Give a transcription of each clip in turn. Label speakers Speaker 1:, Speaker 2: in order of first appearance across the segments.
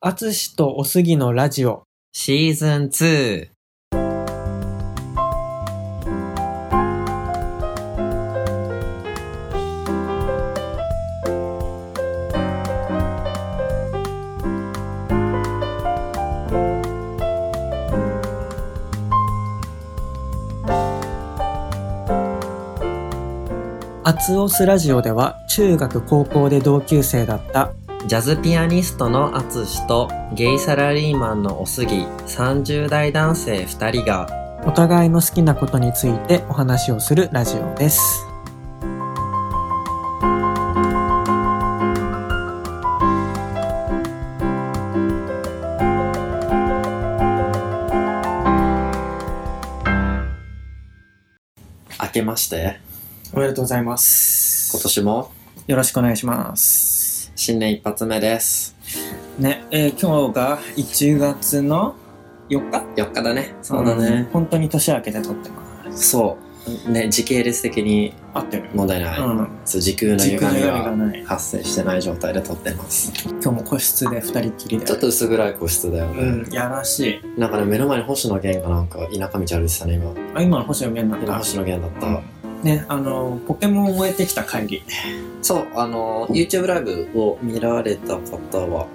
Speaker 1: あつしとおすぎのラジオ。
Speaker 2: シーズン2。
Speaker 1: あつおすラジオでは、中学高校で同級生だった、
Speaker 2: ジャズピアニストのアツシとゲイサラリーマンのおすぎ30代男性2人が
Speaker 1: お互いの好きなことについてお話をするラジオです。
Speaker 2: 明けまして
Speaker 1: おめでとうございます。
Speaker 2: 今年も
Speaker 1: よろしくお願いします。
Speaker 2: 新年一発目です
Speaker 1: ね、えー今日が1月の4日
Speaker 2: 4日だねそうだね、
Speaker 1: 本当に年明けて撮ってます。
Speaker 2: そうね時系列的に
Speaker 1: 合ってる。
Speaker 2: 問題ない、
Speaker 1: うん。
Speaker 2: そう時空の歪み
Speaker 1: 歪みが
Speaker 2: が
Speaker 1: ない。
Speaker 2: 発生してない状態で撮ってます
Speaker 1: 今日も個室で2人っきりで。
Speaker 2: ちょっと薄暗い個室だよ
Speaker 1: う
Speaker 2: ね、
Speaker 1: ん、やらしい。
Speaker 2: なんかね目の前に星野源がなんか田舎道歩いてたね今
Speaker 1: あ、今の星野源なん
Speaker 2: 今
Speaker 1: だ。
Speaker 2: 星野源だった、
Speaker 1: ね、あの、ポケモンを終えてきた帰り。
Speaker 2: そう、あの、YouTube ライブを見られた方は、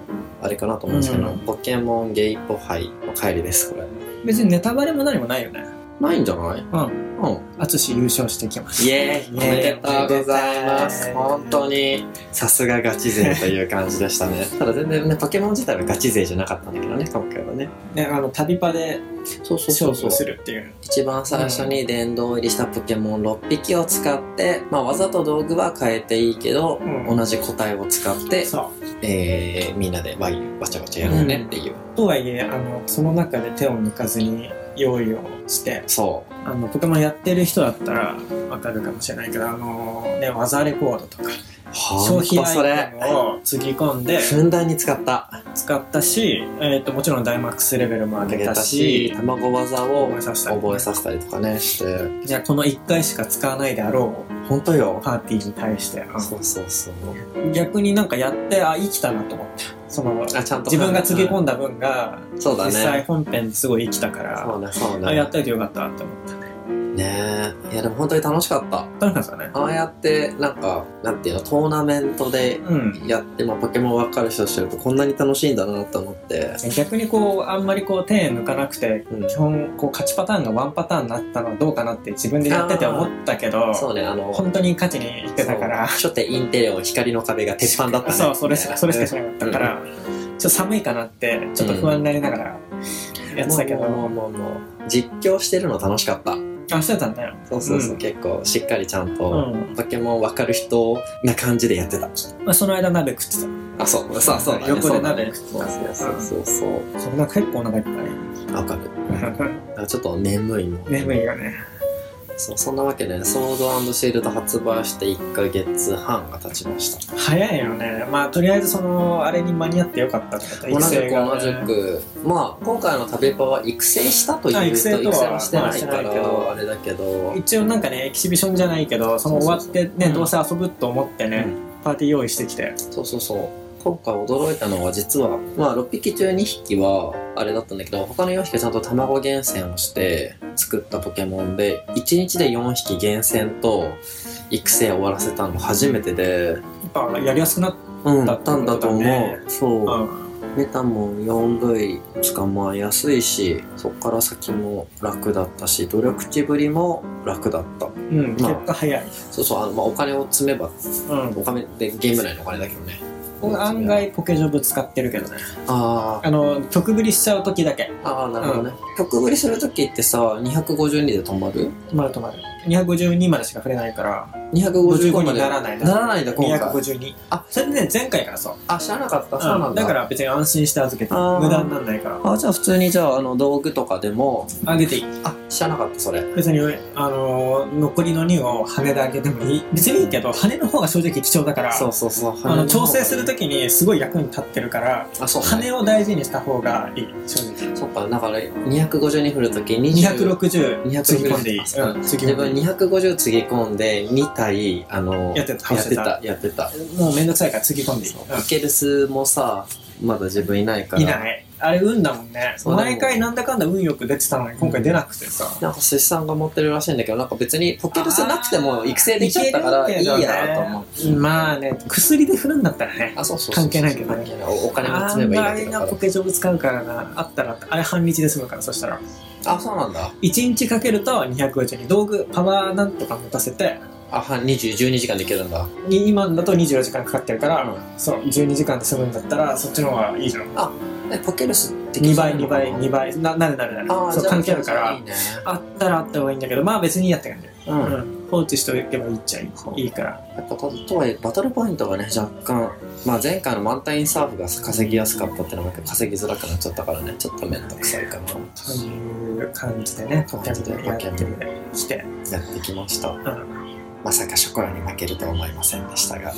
Speaker 2: あれかなと思うんですけど、
Speaker 1: うん
Speaker 2: ポケモンゲイポハイの帰りです、これ。
Speaker 1: 別にネタバレも何もないよね。。
Speaker 2: ないんじゃないうん
Speaker 1: アツシ優勝してきまし
Speaker 2: イエーイおめでとうございます本当に、さすがガチ勢という感じでした ね。ただ全然ね、ポケモン自体はガチ勢じゃなかったんだけどね、今回はね。
Speaker 1: た。ね、あの、旅パで
Speaker 2: そうそ
Speaker 1: 勝負するっていう。
Speaker 2: 一番最初に殿堂入りしたポケモン6匹を使って、まあ、わざと道具は変えていいけど、
Speaker 1: うん
Speaker 2: 同じ個体を使って、
Speaker 1: そう。
Speaker 2: えーみんなでワインわちゃわちゃやろうねっていう。
Speaker 1: とはいえ、あの、その中で手を抜かずに用意をして、
Speaker 2: そう。
Speaker 1: あの、ポケモンやってる人だったらわかるかもしれないけど、あの、ね、技レコードとか、消
Speaker 2: 消
Speaker 1: 費アイテム
Speaker 2: を
Speaker 1: をつぎ込んで
Speaker 2: ふんだんに使った
Speaker 1: 使ったし、えっと、もちろんダイマックスレベルも上
Speaker 2: あ
Speaker 1: げ
Speaker 2: げ
Speaker 1: た
Speaker 2: た
Speaker 1: し
Speaker 2: し、卵技を
Speaker 1: 覚えさせたり。
Speaker 2: 覚えさせたりとかねして
Speaker 1: じゃあ、この1回しか使わないであろう
Speaker 2: 本当よ
Speaker 1: パーティーに対して、うん
Speaker 2: そうそうそう
Speaker 1: 逆になんかやってあ生きたなと思ってその
Speaker 2: あちゃんと
Speaker 1: 自分がつぎ込
Speaker 2: ん
Speaker 1: んだ分が
Speaker 2: そうだ
Speaker 1: 実際
Speaker 2: ね
Speaker 1: 本編ですごい生きたか
Speaker 2: そ
Speaker 1: ら、
Speaker 2: うねそう
Speaker 1: あ
Speaker 2: ね
Speaker 1: やっといてよかったって思ったね
Speaker 2: ねえいやでも本当に楽しかった
Speaker 1: 楽しかったね
Speaker 2: ああやってなんかなんていうのトーナメントで
Speaker 1: うん
Speaker 2: やって、まあ、ポケモン分かる人知るとこんなに楽しいんだなと思って、
Speaker 1: 逆にこうあんまりこう手抜かなくて
Speaker 2: うん
Speaker 1: 基本こう勝ちパターンがワンパターンになったのはどうかなって自分でやってて思ったけど
Speaker 2: そうねあの
Speaker 1: 本当に勝ちにいってたから
Speaker 2: そう初手インテレオ光の壁が鉄板だったね
Speaker 1: そうそれし
Speaker 2: みたいな
Speaker 1: それしかしなかったから、ちょっと寒いかなってちょっと不安になりながらやってたけど、
Speaker 2: もうもうもうもう実況してるの楽しかった
Speaker 1: あしてたんだよ
Speaker 2: そうそうそう、
Speaker 1: うん
Speaker 2: 結構しっかりちゃん
Speaker 1: う
Speaker 2: と、
Speaker 1: ん、
Speaker 2: ポケモン分かる人な感じでやってた
Speaker 1: まあ、その間鍋食ってた
Speaker 2: あそうそうそう、ね、
Speaker 1: 横で鍋
Speaker 2: ねそうそうそうそう
Speaker 1: そんな結構お腹いっぱい。
Speaker 2: 分かるあちょっと眠いも ん
Speaker 1: 眠いよね。
Speaker 2: そうそんなわけでソードシールド発売して1ヶ月半が経ちました
Speaker 1: 早いよね。まあ、とりあえずその、あれに間に合ってよかったってこと
Speaker 2: 同じく
Speaker 1: ね
Speaker 2: 同じくまあ今回の旅パは育成したという
Speaker 1: あ
Speaker 2: と
Speaker 1: 育
Speaker 2: 育
Speaker 1: 成
Speaker 2: 成
Speaker 1: とは
Speaker 2: はしてない
Speaker 1: ま
Speaker 2: から、
Speaker 1: あしてないけど
Speaker 2: あれだけど
Speaker 1: 一応なんかね、エキシビションじゃないけど、その終わってね、
Speaker 2: うん
Speaker 1: どうせ遊ぶと思ってね、パーティー用意してきて。
Speaker 2: そうそうそう。今回驚いたのは実は、まあ6匹中2匹はあれだったんだけど、他の4匹はちゃんと卵厳選をして作ったポケモンで、1日で4匹厳選と育成を終わらせたの初めてで、
Speaker 1: やっぱやりやすくなっ
Speaker 2: うん、
Speaker 1: だ
Speaker 2: だ
Speaker 1: っ
Speaker 2: ったた
Speaker 1: ん
Speaker 2: ん
Speaker 1: だ
Speaker 2: だ
Speaker 1: と
Speaker 2: と
Speaker 1: 思
Speaker 2: 思
Speaker 1: う
Speaker 2: う。
Speaker 1: た。
Speaker 2: そう。
Speaker 1: ん。
Speaker 2: メタモン4類捕まえやすいし、そっから先も楽だったし、努力値ぶりも楽だった。
Speaker 1: うん、結果早い。
Speaker 2: そうそう、あの、まあ、お金を積めば、
Speaker 1: うん。
Speaker 2: お金でゲーム内のお金だけどね。
Speaker 1: 僕案外ポケジョブ使ってるけどね。
Speaker 2: ああ、
Speaker 1: あの、曲振りしちゃう時だけ。
Speaker 2: ああなるほどね、曲振りするときってさ252で止まる
Speaker 1: 止まる止まる。252までしか触れないから、
Speaker 2: 255
Speaker 1: 55
Speaker 2: ま
Speaker 1: に
Speaker 2: で
Speaker 1: ならない。
Speaker 2: ならないんだ今回
Speaker 1: 252。
Speaker 2: あ
Speaker 1: それでね、前回からそう。
Speaker 2: あ知らなかったそうなんだ,、
Speaker 1: から別に安心して預けて
Speaker 2: あー
Speaker 1: 無駄にならないから
Speaker 2: あじゃあ普通にじゃああの道具とかでも
Speaker 1: あげていい
Speaker 2: あ知らなかったそれ
Speaker 1: 別に、あのー残りの2を羽であげてもいい別にいいけど羽の方が正直貴重だから
Speaker 2: そうそうそう
Speaker 1: あの調整する
Speaker 2: と
Speaker 1: ときにすごい役に立ってるから
Speaker 2: あそう、ね、
Speaker 1: 羽を大事にした方がいい正直
Speaker 2: そっかだから250に振るとき260
Speaker 1: 260つぎ込んでいい、
Speaker 2: 260
Speaker 1: うん、つぎ
Speaker 2: 自
Speaker 1: 込
Speaker 2: 分
Speaker 1: んでいい
Speaker 2: 250つぎ込んで2体あの
Speaker 1: やってた
Speaker 2: やってたやってた
Speaker 1: もうめんどくさいからつぎ込んでいい、
Speaker 2: そうピケルスもさまだ自分いないから
Speaker 1: いないあれ運だもんね
Speaker 2: そう
Speaker 1: 毎回なんだかんだ運よく出てたのに今回出なくてさ
Speaker 2: なんか出産が持ってるらしいんだけどなんか別にポケベルなくても育成できちゃったか
Speaker 1: あ
Speaker 2: ら
Speaker 1: ー
Speaker 2: いいやと思う
Speaker 1: けどねまあね薬で振るんだったらね
Speaker 2: あそうそうそう
Speaker 1: 関係ないけどね
Speaker 2: 関係ないおお金も
Speaker 1: あ
Speaker 2: 積
Speaker 1: ん
Speaker 2: めば
Speaker 1: ま
Speaker 2: いい
Speaker 1: り
Speaker 2: んだ
Speaker 1: な
Speaker 2: け
Speaker 1: ポ
Speaker 2: ど
Speaker 1: ケジョブ使うからなあったらあれ半日で済むからそしたら
Speaker 2: あそうなんだ
Speaker 1: 1日かけると252道具パワーなんとか持たせて
Speaker 2: あは2012時間できるんだ
Speaker 1: に今だと24時間かかってるから、そう12時間で済むんだったらそっちの方がいいじゃん
Speaker 2: えポケベルスって
Speaker 1: 2倍2倍2倍ななるなるなる
Speaker 2: ああ
Speaker 1: そう関係あるから
Speaker 2: いいね
Speaker 1: あったらあった方がいいんだけどまあ別にいいやって感じ、
Speaker 2: うんや
Speaker 1: うん、放置しておけばいいっちゃいいいから
Speaker 2: っぱととはいえバトルポイントがね若干まあ前回の満タインサーフが稼ぎやすかったってのもあるけど稼ぎづらくなっちゃったからねちょっと面倒くさいかな
Speaker 1: という感じでねポケモンやってきて
Speaker 2: やってきました、まさかショコラに負けるとは思いませんでしたが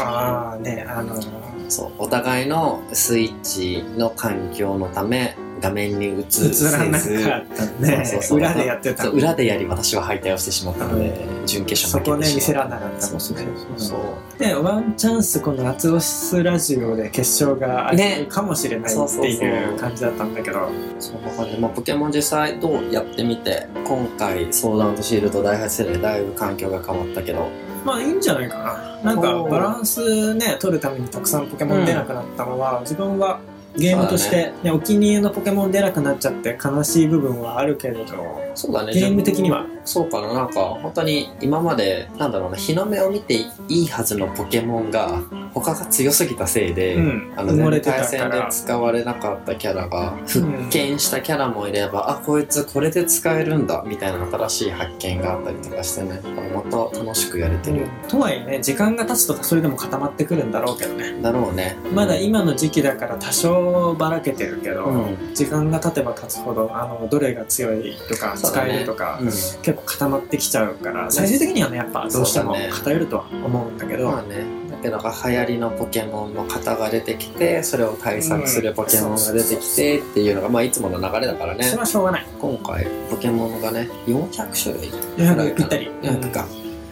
Speaker 1: ああねあのー
Speaker 2: そうお互いのスイッチの環境のため画面に映せず
Speaker 1: 映らなかったね
Speaker 2: そうそうそう
Speaker 1: 裏でやってた
Speaker 2: そう裏でやり私は敗退をしてしまったので、準決
Speaker 1: そ
Speaker 2: 勝
Speaker 1: こ
Speaker 2: 負け
Speaker 1: ね
Speaker 2: て
Speaker 1: 見せ
Speaker 2: しま
Speaker 1: ら
Speaker 2: っ
Speaker 1: れなかった
Speaker 2: たそうそうそうそう、
Speaker 1: うんでワンチャンスこの「夏オスラジオ」で決勝があ
Speaker 2: ね
Speaker 1: るかもしれない
Speaker 2: そう
Speaker 1: っ
Speaker 2: そう
Speaker 1: て
Speaker 2: そう
Speaker 1: いう感じだったんだけど、
Speaker 2: そんな感じで、まあ、ポケモン実際どうやってみて今回ソーダンとシールド第8世代でだいぶ環境が変わったけど
Speaker 1: まあいいんじゃないかななんか
Speaker 2: おー
Speaker 1: バランスね取るためにたくさんポケモン出なくなったのは、自分はゲームとして、ねお気に入りのポケモン出なくなっちゃって悲しい部分はあるけれど
Speaker 2: そうだね
Speaker 1: ゲーム的には
Speaker 2: そうかななんか本当に今までなんだろうな日の目を見ていいはずのポケモンが他が強すぎたせいで、
Speaker 1: うん
Speaker 2: あの
Speaker 1: 埋も
Speaker 2: 全
Speaker 1: れてた
Speaker 2: 対
Speaker 1: か
Speaker 2: 戦で
Speaker 1: ら
Speaker 2: 使われなかったキャラが復権したキャラもいれば、あこいつこれで使えるんだみたいな新しい発見があったりとかしてねまた楽しくやれてる
Speaker 1: とはいえね時間が経つとそれでも固まってくるんだろうけどね
Speaker 2: んだろうね
Speaker 1: まだ今の時期だから多少ばらけてるけど、
Speaker 2: うん、うん
Speaker 1: 時間が経てば経つほどあのどれが強いとか
Speaker 2: そうだ
Speaker 1: 使
Speaker 2: ね
Speaker 1: えるとか、結構固まってきちゃうから最終的にはねやっぱどうしても
Speaker 2: そうだね
Speaker 1: 偏るとは思うんだけど
Speaker 2: まあねだけどなんか流行りのポケモンの型が出てきてそれを対策するポケモンが出てきてっていうのが、まあ、いつもの流れだからね
Speaker 1: それはしょうがない
Speaker 2: 今回ポケモンがね400種類
Speaker 1: や
Speaker 2: ぐらい
Speaker 1: ぴ
Speaker 2: か
Speaker 1: っ
Speaker 2: な
Speaker 1: たり
Speaker 2: 400か、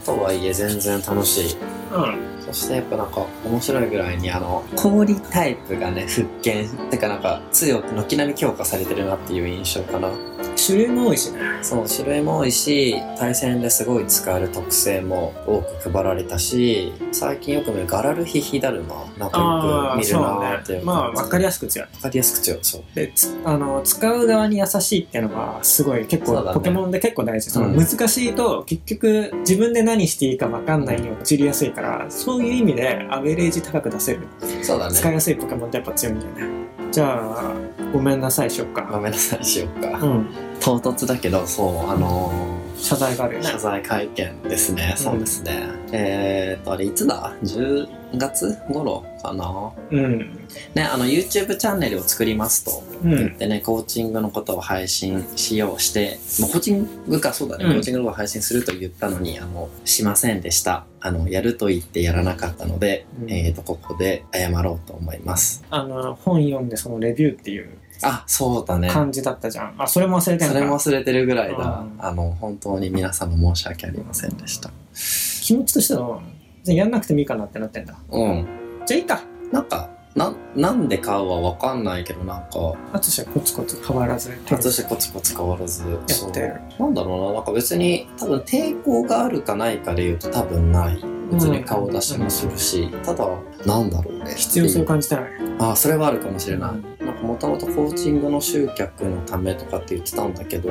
Speaker 2: とはいえ全然楽しい
Speaker 1: うん
Speaker 2: そしてやっぱなんか面白いぐらいにあの氷タイプがね復権てかなんか強く軒並み強化されてるなっていう印象かな
Speaker 1: 種類も多いしね
Speaker 2: そう種類も多いし対戦ですごい使える特性も多く配られたし最近よく見るガラルヒヒダルマなんかよ
Speaker 1: あ
Speaker 2: く
Speaker 1: あ
Speaker 2: 見る
Speaker 1: そ
Speaker 2: な
Speaker 1: う
Speaker 2: ーってい
Speaker 1: ね
Speaker 2: う
Speaker 1: まあ分かりやすく強い
Speaker 2: わかりやすく強いそう
Speaker 1: でつあの使う側に優しいっていうのはすごい結
Speaker 2: そ
Speaker 1: 構、
Speaker 2: うだね
Speaker 1: ポケモンで結構大事その
Speaker 2: うん
Speaker 1: 難しいと結局自分で何していいか分かんないように陥りやすいからそういう意味でアベレージ高く出せる
Speaker 2: そうだね
Speaker 1: 使いやすいポケモンってやっぱ強いんだよねじゃあごめんなさいしよっ
Speaker 2: ご
Speaker 1: か
Speaker 2: めんなさいしようか、
Speaker 1: うん
Speaker 2: 唐突だけどそうあのー
Speaker 1: 謝罪があるよね
Speaker 2: 謝罪会見ですね、
Speaker 1: うん
Speaker 2: そうですねえー、っとあれいつだ10月頃かな
Speaker 1: うん
Speaker 2: ねあの YouTube チャンネルを作りますと
Speaker 1: うん
Speaker 2: でねコーチングのことを配信しようして、まあ、コーチングかそうだね、
Speaker 1: うん
Speaker 2: コーチングのことを配信すると言ったのにあのしませんでしたあのやると言ってやらなかったので、
Speaker 1: うん
Speaker 2: えー、とここで謝ろうと思います
Speaker 1: あの本読んでそのレビューっていう
Speaker 2: あそうだね
Speaker 1: 感じだったじゃん、あそれも忘れてん
Speaker 2: そ
Speaker 1: だ
Speaker 2: れも忘れてるぐらいだ、
Speaker 1: うん
Speaker 2: あの本当に皆様申し訳ありませんでした
Speaker 1: 気持ちとしてはじゃあやんなくてもいいかなってなってんだ
Speaker 2: うん
Speaker 1: じゃあいいか
Speaker 2: なんかななんで買うは分かんないけどなんか
Speaker 1: あとしてはコツコツ変わらず
Speaker 2: 外してコツコツ変わらずや
Speaker 1: やってる
Speaker 2: なんだろうななんか別に多分抵抗があるかないかで言うと多分ない別に顔出しもするし、ただなんだろうね
Speaker 1: 必要性を
Speaker 2: か
Speaker 1: 感じてない
Speaker 2: あそれはあるかもしれないなんかもともとコーチングの集客のためとかって言ってたんだけど、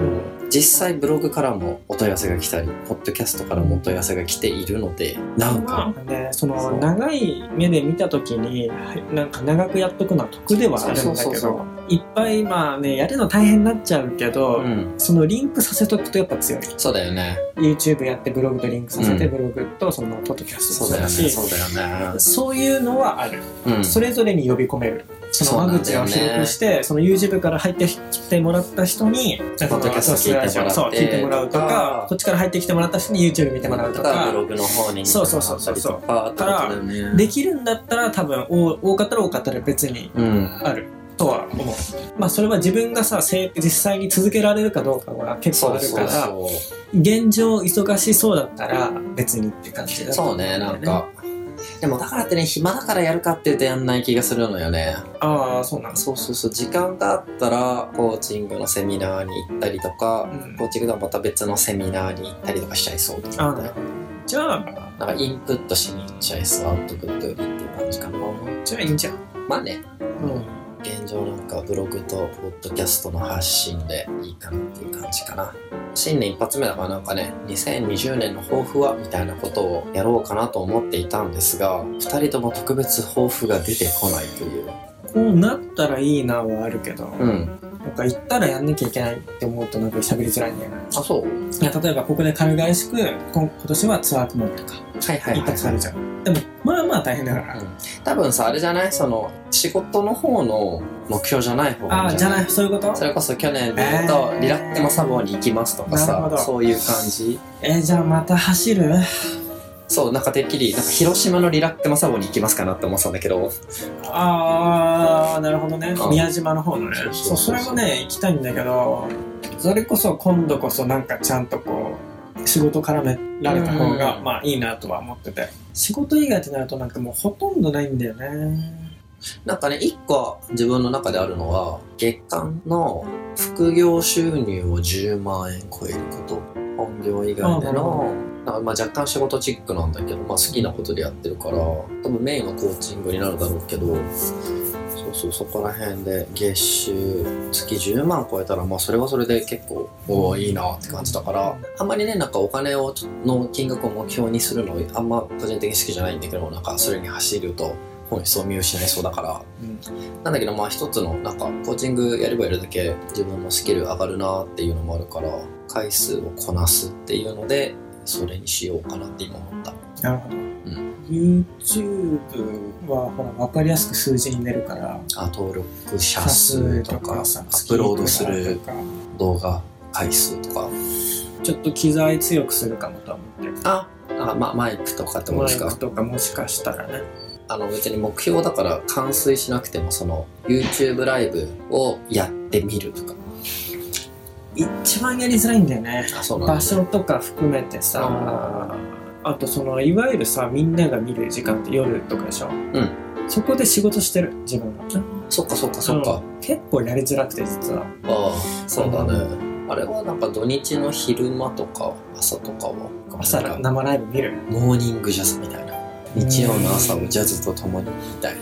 Speaker 2: 実際ブログからもお問い合わせが来たりポッドキャストからもお問い合わせが来ているのでなんか、
Speaker 1: まあね、その
Speaker 2: そう
Speaker 1: 長い目で見た時になんか長くやっとくのは得ではあるんだけど
Speaker 2: そうそうそうそ
Speaker 1: いっぱいまあねやるの大変になっちゃうけど、
Speaker 2: うん、
Speaker 1: そのリンクさせとくとやっぱ強い
Speaker 2: そうだよね
Speaker 1: YouTube やってブログとリンクさせて、
Speaker 2: うん
Speaker 1: ブログとそのポッドキャスト
Speaker 2: そ
Speaker 1: も
Speaker 2: うだ
Speaker 1: そうだし
Speaker 2: よねそうだよね、
Speaker 1: そういうのはある、
Speaker 2: うん、
Speaker 1: それぞれに呼び込めるその間口を広くしてそ,、の YouTube から入ってきてもらった人に
Speaker 2: ポッドキャスト聞いてもらって
Speaker 1: そう聞いてもらうと
Speaker 2: と
Speaker 1: か
Speaker 2: か
Speaker 1: こっちから入ってきてもらった人に YouTube 見てもらうと
Speaker 2: と
Speaker 1: か
Speaker 2: かブログの方に
Speaker 1: そうそうそうそうそう
Speaker 2: 見てもらったりとかってことだよね
Speaker 1: できるんだったら多分多多かったら多かったら別に
Speaker 2: うん
Speaker 1: あるとは思うまあそれは自分がさせ実際に続けられるかどうかは結
Speaker 2: そ
Speaker 1: 構あ
Speaker 2: う
Speaker 1: る
Speaker 2: そ
Speaker 1: か
Speaker 2: う
Speaker 1: ら
Speaker 2: そ
Speaker 1: 現状忙しそうだったら別にって感じ
Speaker 2: う
Speaker 1: だ
Speaker 2: そうねなんかでもだからってね、暇だからやるかって言うとやんない気がするのよね。
Speaker 1: ああそうなんです
Speaker 2: そうそうそう、時間があったら、コーチングのセミナーに行ったりとか、
Speaker 1: うん
Speaker 2: コーチングでもまた別のセミナーに行ったりとかしちゃいそう。
Speaker 1: あーなるほどじゃあ
Speaker 2: なんかインプットしに行っちゃいそう、アウトプットよりっていう感じかな。
Speaker 1: じゃあいいんじゃん
Speaker 2: まあね、
Speaker 1: うん
Speaker 2: 現状なんかブログとポッドキャストの発信でいいかなっていう感じかな新年一発目だからなんかね2020年の抱負はみたいなことをやろうかなと思っていたんですが2人とも特別抱負が出てこないという
Speaker 1: こうなったらいいなはあるけど、
Speaker 2: うん
Speaker 1: なんか行ったらやんなきゃいけないって思うとなんか喋りづらいんだよね
Speaker 2: あそう
Speaker 1: いや例えばここで軽々しくこ今年はツアー組もうとか
Speaker 2: はいはい
Speaker 1: 一
Speaker 2: はい、
Speaker 1: 発あ
Speaker 2: は
Speaker 1: るじゃんでもまあまあ大変だから、
Speaker 2: うん多分さあれじゃないその仕事の方の目標じゃない方
Speaker 1: ああじゃないいそういうこと
Speaker 2: それこそ去年で言うと、
Speaker 1: えー
Speaker 2: リラッテマサボンに行きますとか
Speaker 1: なるほ
Speaker 2: さ
Speaker 1: ど
Speaker 2: そういう感じ
Speaker 1: えーじゃあまた走る
Speaker 2: そうなんかてっきりなんか広島のリラッテマサボンに行きますかなって思ってたんだけど
Speaker 1: ああなるほどね
Speaker 2: うん
Speaker 1: 宮島の方のね
Speaker 2: そう
Speaker 1: そ
Speaker 2: そ
Speaker 1: う
Speaker 2: そう
Speaker 1: うそれもね行きたいんだけどそれこそ今度こそなんかちゃんとこう仕事絡められた方が
Speaker 2: うん
Speaker 1: まあいいなとは思ってて仕事以外ってなるとなんかもうほとんどないんだよね
Speaker 2: なんかね、一個自分の中であるのは、月間の副業収入を10万円超えること。本業以外での、なんかまあ若干仕事チックなんだけど、まあ好きなことでやってるから、多分メインはコーチングになるだろうけど、そうそう、そこら辺で月収月10万超えたら、まあそれはそれで結構、おおいいなって感じだから、あんまりね、なんかお金をちょの金額を目標にするの、あんま個人的に好きじゃないんだけど、なんかそれに走ると、本質を見失いそうだから、なんだけどまあ一つのなんかコーチングやればやるだけ自分のスキル上がるなっていうのもあるから回数をこなすっていうのでそれにしようかなって今思った
Speaker 1: なるほど、YouTube はほら分かりやすく数字に出るから
Speaker 2: あ登録者数とかアップロードする
Speaker 1: とか
Speaker 2: 動画回数とか
Speaker 1: ちょっと機材強くするかもとは思ってる
Speaker 2: ああ、ま、マイクとかってこと
Speaker 1: マイ
Speaker 2: ですか
Speaker 1: クとかもしかしたらね
Speaker 2: あの別に目標だから完遂しなくてもその YouTube ライブをやってみるとか
Speaker 1: 一番やりづらいんだよね
Speaker 2: あそうなん
Speaker 1: 場
Speaker 2: だ
Speaker 1: 所とか含めてさ
Speaker 2: あ
Speaker 1: あとそのいわゆるさみんなが見る時間って夜とかでしょ、
Speaker 2: ん
Speaker 1: そこで仕事してる自分が
Speaker 2: そっかそっかそっか、
Speaker 1: うん結構やりづらくて実は
Speaker 2: ああそうだね、あれはなんか土日の昼間とか朝とかは
Speaker 1: 朝
Speaker 2: なんか
Speaker 1: 生ライブ見る、
Speaker 2: モーニングジャズみたいな日曜の朝をジャズと共にみたいな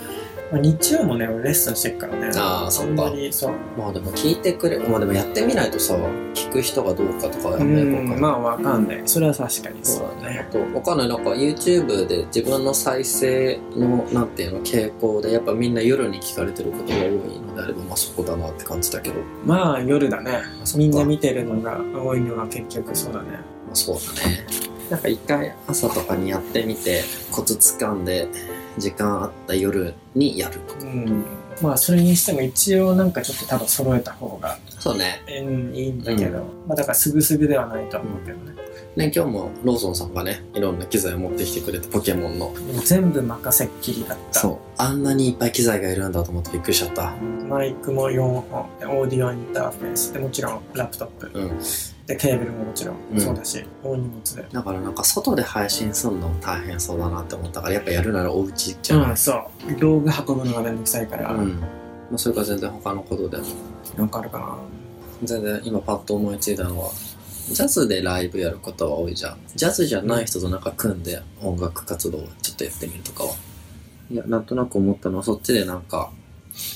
Speaker 1: まあ、日曜もね俺レッスンしてるからね
Speaker 2: あーそっか
Speaker 1: んなにそう
Speaker 2: まあでも聞いてくれまあでもやってみないとさ聞く人がどうかとかや
Speaker 1: う
Speaker 2: めようんか
Speaker 1: ま
Speaker 2: な
Speaker 1: あわかんないそれは確かに
Speaker 2: そううだねあとわかんないなんか YouTube で自分の再生のなんていうの傾向でやっぱみんな夜に聞かれてることが多いのであればまあそこだなって感じだけど
Speaker 1: まあ夜だね
Speaker 2: あそっか
Speaker 1: みんな見てるのが多いのが結局そうだね
Speaker 2: まあそうだねなんか一回朝とかにやってみてコツ掴んで時間あった夜にやると
Speaker 1: うんまあそれにしても一応なんかちょっと多分揃えた方が、
Speaker 2: そうね
Speaker 1: うん、いいんだけど、まあだからすぐすぐではないとは思うけどね、
Speaker 2: ね今日もローソンさんがねいろんな機材を持ってきてくれてポケモンの
Speaker 1: でも全部任せっきりだった
Speaker 2: そうあんなにいっぱい機材がいるんだと思ってびっくりしちゃった
Speaker 1: マイクも4本でオーディオインターフェースでもちろんラップトップ、
Speaker 2: うん
Speaker 1: でケーブルももちろん
Speaker 2: うん
Speaker 1: そうだし、大荷物で
Speaker 2: だからなんか外で配信するのも大変そうだなって思ったからやっぱやるならお家じゃない
Speaker 1: うん、そう道具運ぶのがめんどくさいから、
Speaker 2: うんまあ、それから全然他のことでも
Speaker 1: なんかあるかな
Speaker 2: 全然今パッと思いついたのはジャズでライブやることは多いじゃんジャズじゃない人となんか組んで音楽活動をちょっとやってみるとかはいやなんとなく思ったのはそっちでなんか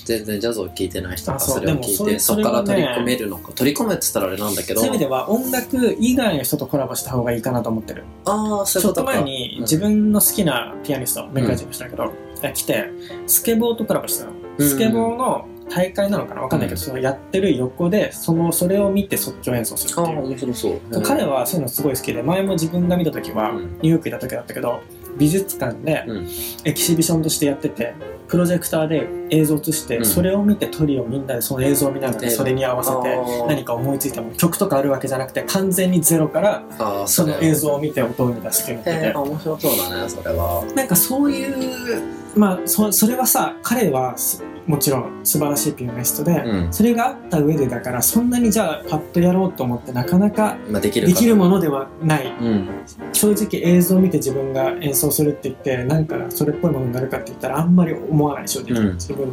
Speaker 2: 全然ジャズを聴いてない人が
Speaker 1: あそう
Speaker 2: それを聞い
Speaker 1: でもそ
Speaker 2: て
Speaker 1: れ
Speaker 2: そこから
Speaker 1: それも
Speaker 2: 取
Speaker 1: ね
Speaker 2: り込めるのか取り込めって言ったらあれなんだけど
Speaker 1: そういう意味では音楽以外の人とコラボした方がいいかなと思ってる
Speaker 2: ああそう
Speaker 1: ち
Speaker 2: いう
Speaker 1: ょ
Speaker 2: こ
Speaker 1: っと
Speaker 2: とか
Speaker 1: 前に自分の好きなピアニスト、メッカジックしたけど、来てスケボーとコラボしてたの、
Speaker 2: うん
Speaker 1: スケボーの大会なのかなわかんないけど、
Speaker 2: うん
Speaker 1: そのやってる横でそのそれを見て即興演奏するって
Speaker 2: ああ
Speaker 1: いう
Speaker 2: 面白そう、
Speaker 1: 彼はそういうのすごい好きで前も自分が見た時は
Speaker 2: うん
Speaker 1: ニューヨーク行った時だったけど美術館で
Speaker 2: うん
Speaker 1: エキシビションとしてやっててプロジェクターで映像映し
Speaker 2: う
Speaker 1: て
Speaker 2: ん
Speaker 1: それを見てトリをみんなでその映像を見なが
Speaker 2: ええ
Speaker 1: らそれに合わせ
Speaker 2: あ
Speaker 1: て
Speaker 2: ー
Speaker 1: 何か思いついたもの曲とかあるわけじゃなくて完全にゼロから
Speaker 2: ああ
Speaker 1: そ
Speaker 2: れ
Speaker 1: の映像を見て音を生み出してみて
Speaker 2: へえ
Speaker 1: て
Speaker 2: 面白そうだねそれは
Speaker 1: なんかそういうまあそそれはさ彼はすもちろん素晴らしいピアニストで、
Speaker 2: うん。
Speaker 1: それがあった上でだからそんなにじゃあパッとやろうと思ってなかなか
Speaker 2: まあ、できる
Speaker 1: で
Speaker 2: か
Speaker 1: きるものではない
Speaker 2: うん。
Speaker 1: 正直映像を見て自分が演奏するって言ってなんかそれっぽいものになるかって言ったらあんまり思わない正直、
Speaker 2: うん
Speaker 1: 自分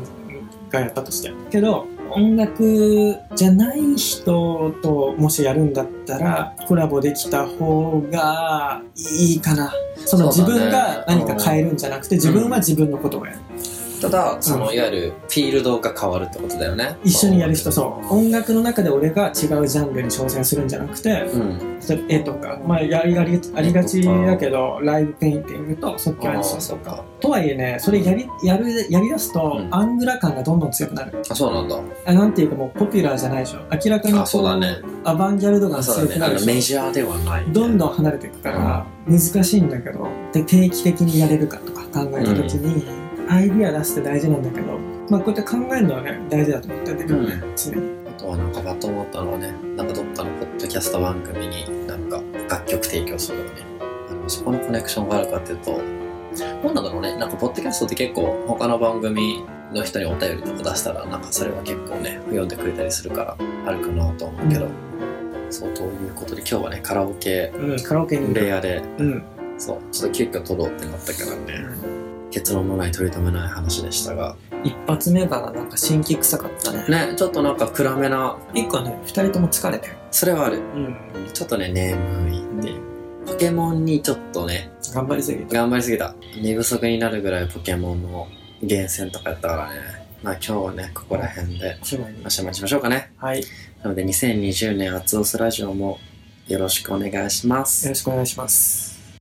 Speaker 1: がやったとしてけど音楽じゃない人ともしやるんだったらコラボできた方がいいかなその自
Speaker 2: そうだね
Speaker 1: 分が何か変えるんじゃなくて、自分は自分のことをやる、
Speaker 2: ただ、その、
Speaker 1: うん
Speaker 2: いわゆる、フィールドが変わるってことだよね。
Speaker 1: 一緒にやる人そう音楽の中で俺が違うジャンルに挑戦するんじゃなくて
Speaker 2: う。うん。
Speaker 1: 例えば絵とか、まあ、やりがりありがちだけどライブペインティングと即興
Speaker 2: あ
Speaker 1: 演
Speaker 2: あ、
Speaker 1: 奏
Speaker 2: そうか。
Speaker 1: とはいえねそれやりやるやりだすと、
Speaker 2: うん
Speaker 1: アングラ感がどんどん強くなる
Speaker 2: あ、そうなんだ。
Speaker 1: あなんていうかもうポピュラーじゃないでしょ明らかに
Speaker 2: あ、そうだね。
Speaker 1: アバンギャルドが
Speaker 2: そ
Speaker 1: 強
Speaker 2: うだ
Speaker 1: く
Speaker 2: ね。
Speaker 1: な
Speaker 2: あ
Speaker 1: る
Speaker 2: の、
Speaker 1: で
Speaker 2: メ
Speaker 1: し
Speaker 2: ジャーではない。
Speaker 1: ょどんどん離れていくから難しいんだけどで定期的にやれるかとか考えた時に、アイディア出すって大事なんだけど、まあ、こうやって考えるのはね大事だと思ってんだけどね、常に
Speaker 2: あとはなんかパッと思ったのはね、なんかどっかのポッドキャスト番組になんか楽曲提供するのね。あのそこのコネクションがあるかっていうと、どうなんだろうね、なんかポッドキャストって結構他の番組の人にお便りとか出したら、なんかそれは結構ね、読んでくれたりするから、あるかなと思うけど、そう、ということで今日はね、カラオケ、
Speaker 1: うん、カラオケに
Speaker 2: レイヤーで、
Speaker 1: うん
Speaker 2: そう、ちょっと急遽撮ろうってなったからね、結論のない取り留めない話でしたが、
Speaker 1: 一発目からなんか新規臭かったね
Speaker 2: ね、ちょっとなんか暗めな、
Speaker 1: 一個はね二人とも疲れてる、
Speaker 2: それはある。
Speaker 1: うん、
Speaker 2: ちょっとね、眠いっていう。ポケモンにちょっとね、
Speaker 1: 頑張りすぎて
Speaker 2: 頑張りすぎた。寝不足になるぐらいポケモンの厳選とかやったからね。まあ今日はね、ここら辺で
Speaker 1: しまいに
Speaker 2: おしまいにしましょうかね。
Speaker 1: はいよ
Speaker 2: なので2020年アツオスラジオもよろしくお願いします。
Speaker 1: ろしくお願いします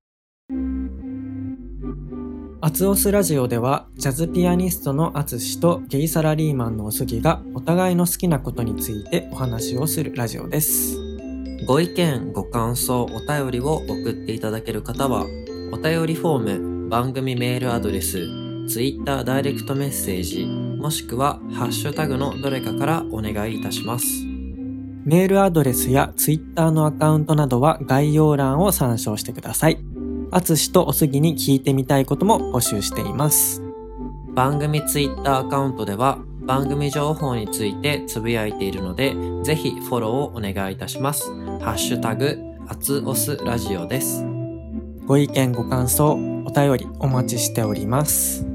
Speaker 1: アツオスラジオではジャズピアニストのアツシとゲイサラリーマンのおすぎがお互いの好きなことについてお話をするラジオです
Speaker 3: ご意見、ご感想、お便りを送っていただける方は、お便りフォーム、番組メールアドレス、Twitter ダイレクトメッセージ、もしくは、ハッシュタグのどれかからお願いいたします。
Speaker 1: メールアドレスやツイッターのアカウントなどは概要欄を参照してくださいアツシとおすぎに聞いてみたいことも募集しています
Speaker 3: 番組 Twitter アカウントでは、番組情報についてつぶやいているので、ぜひフォローをお願いいたします。ハッシュタグ、アツオスラジオです。
Speaker 1: ご意見ご感想お便りお待ちしております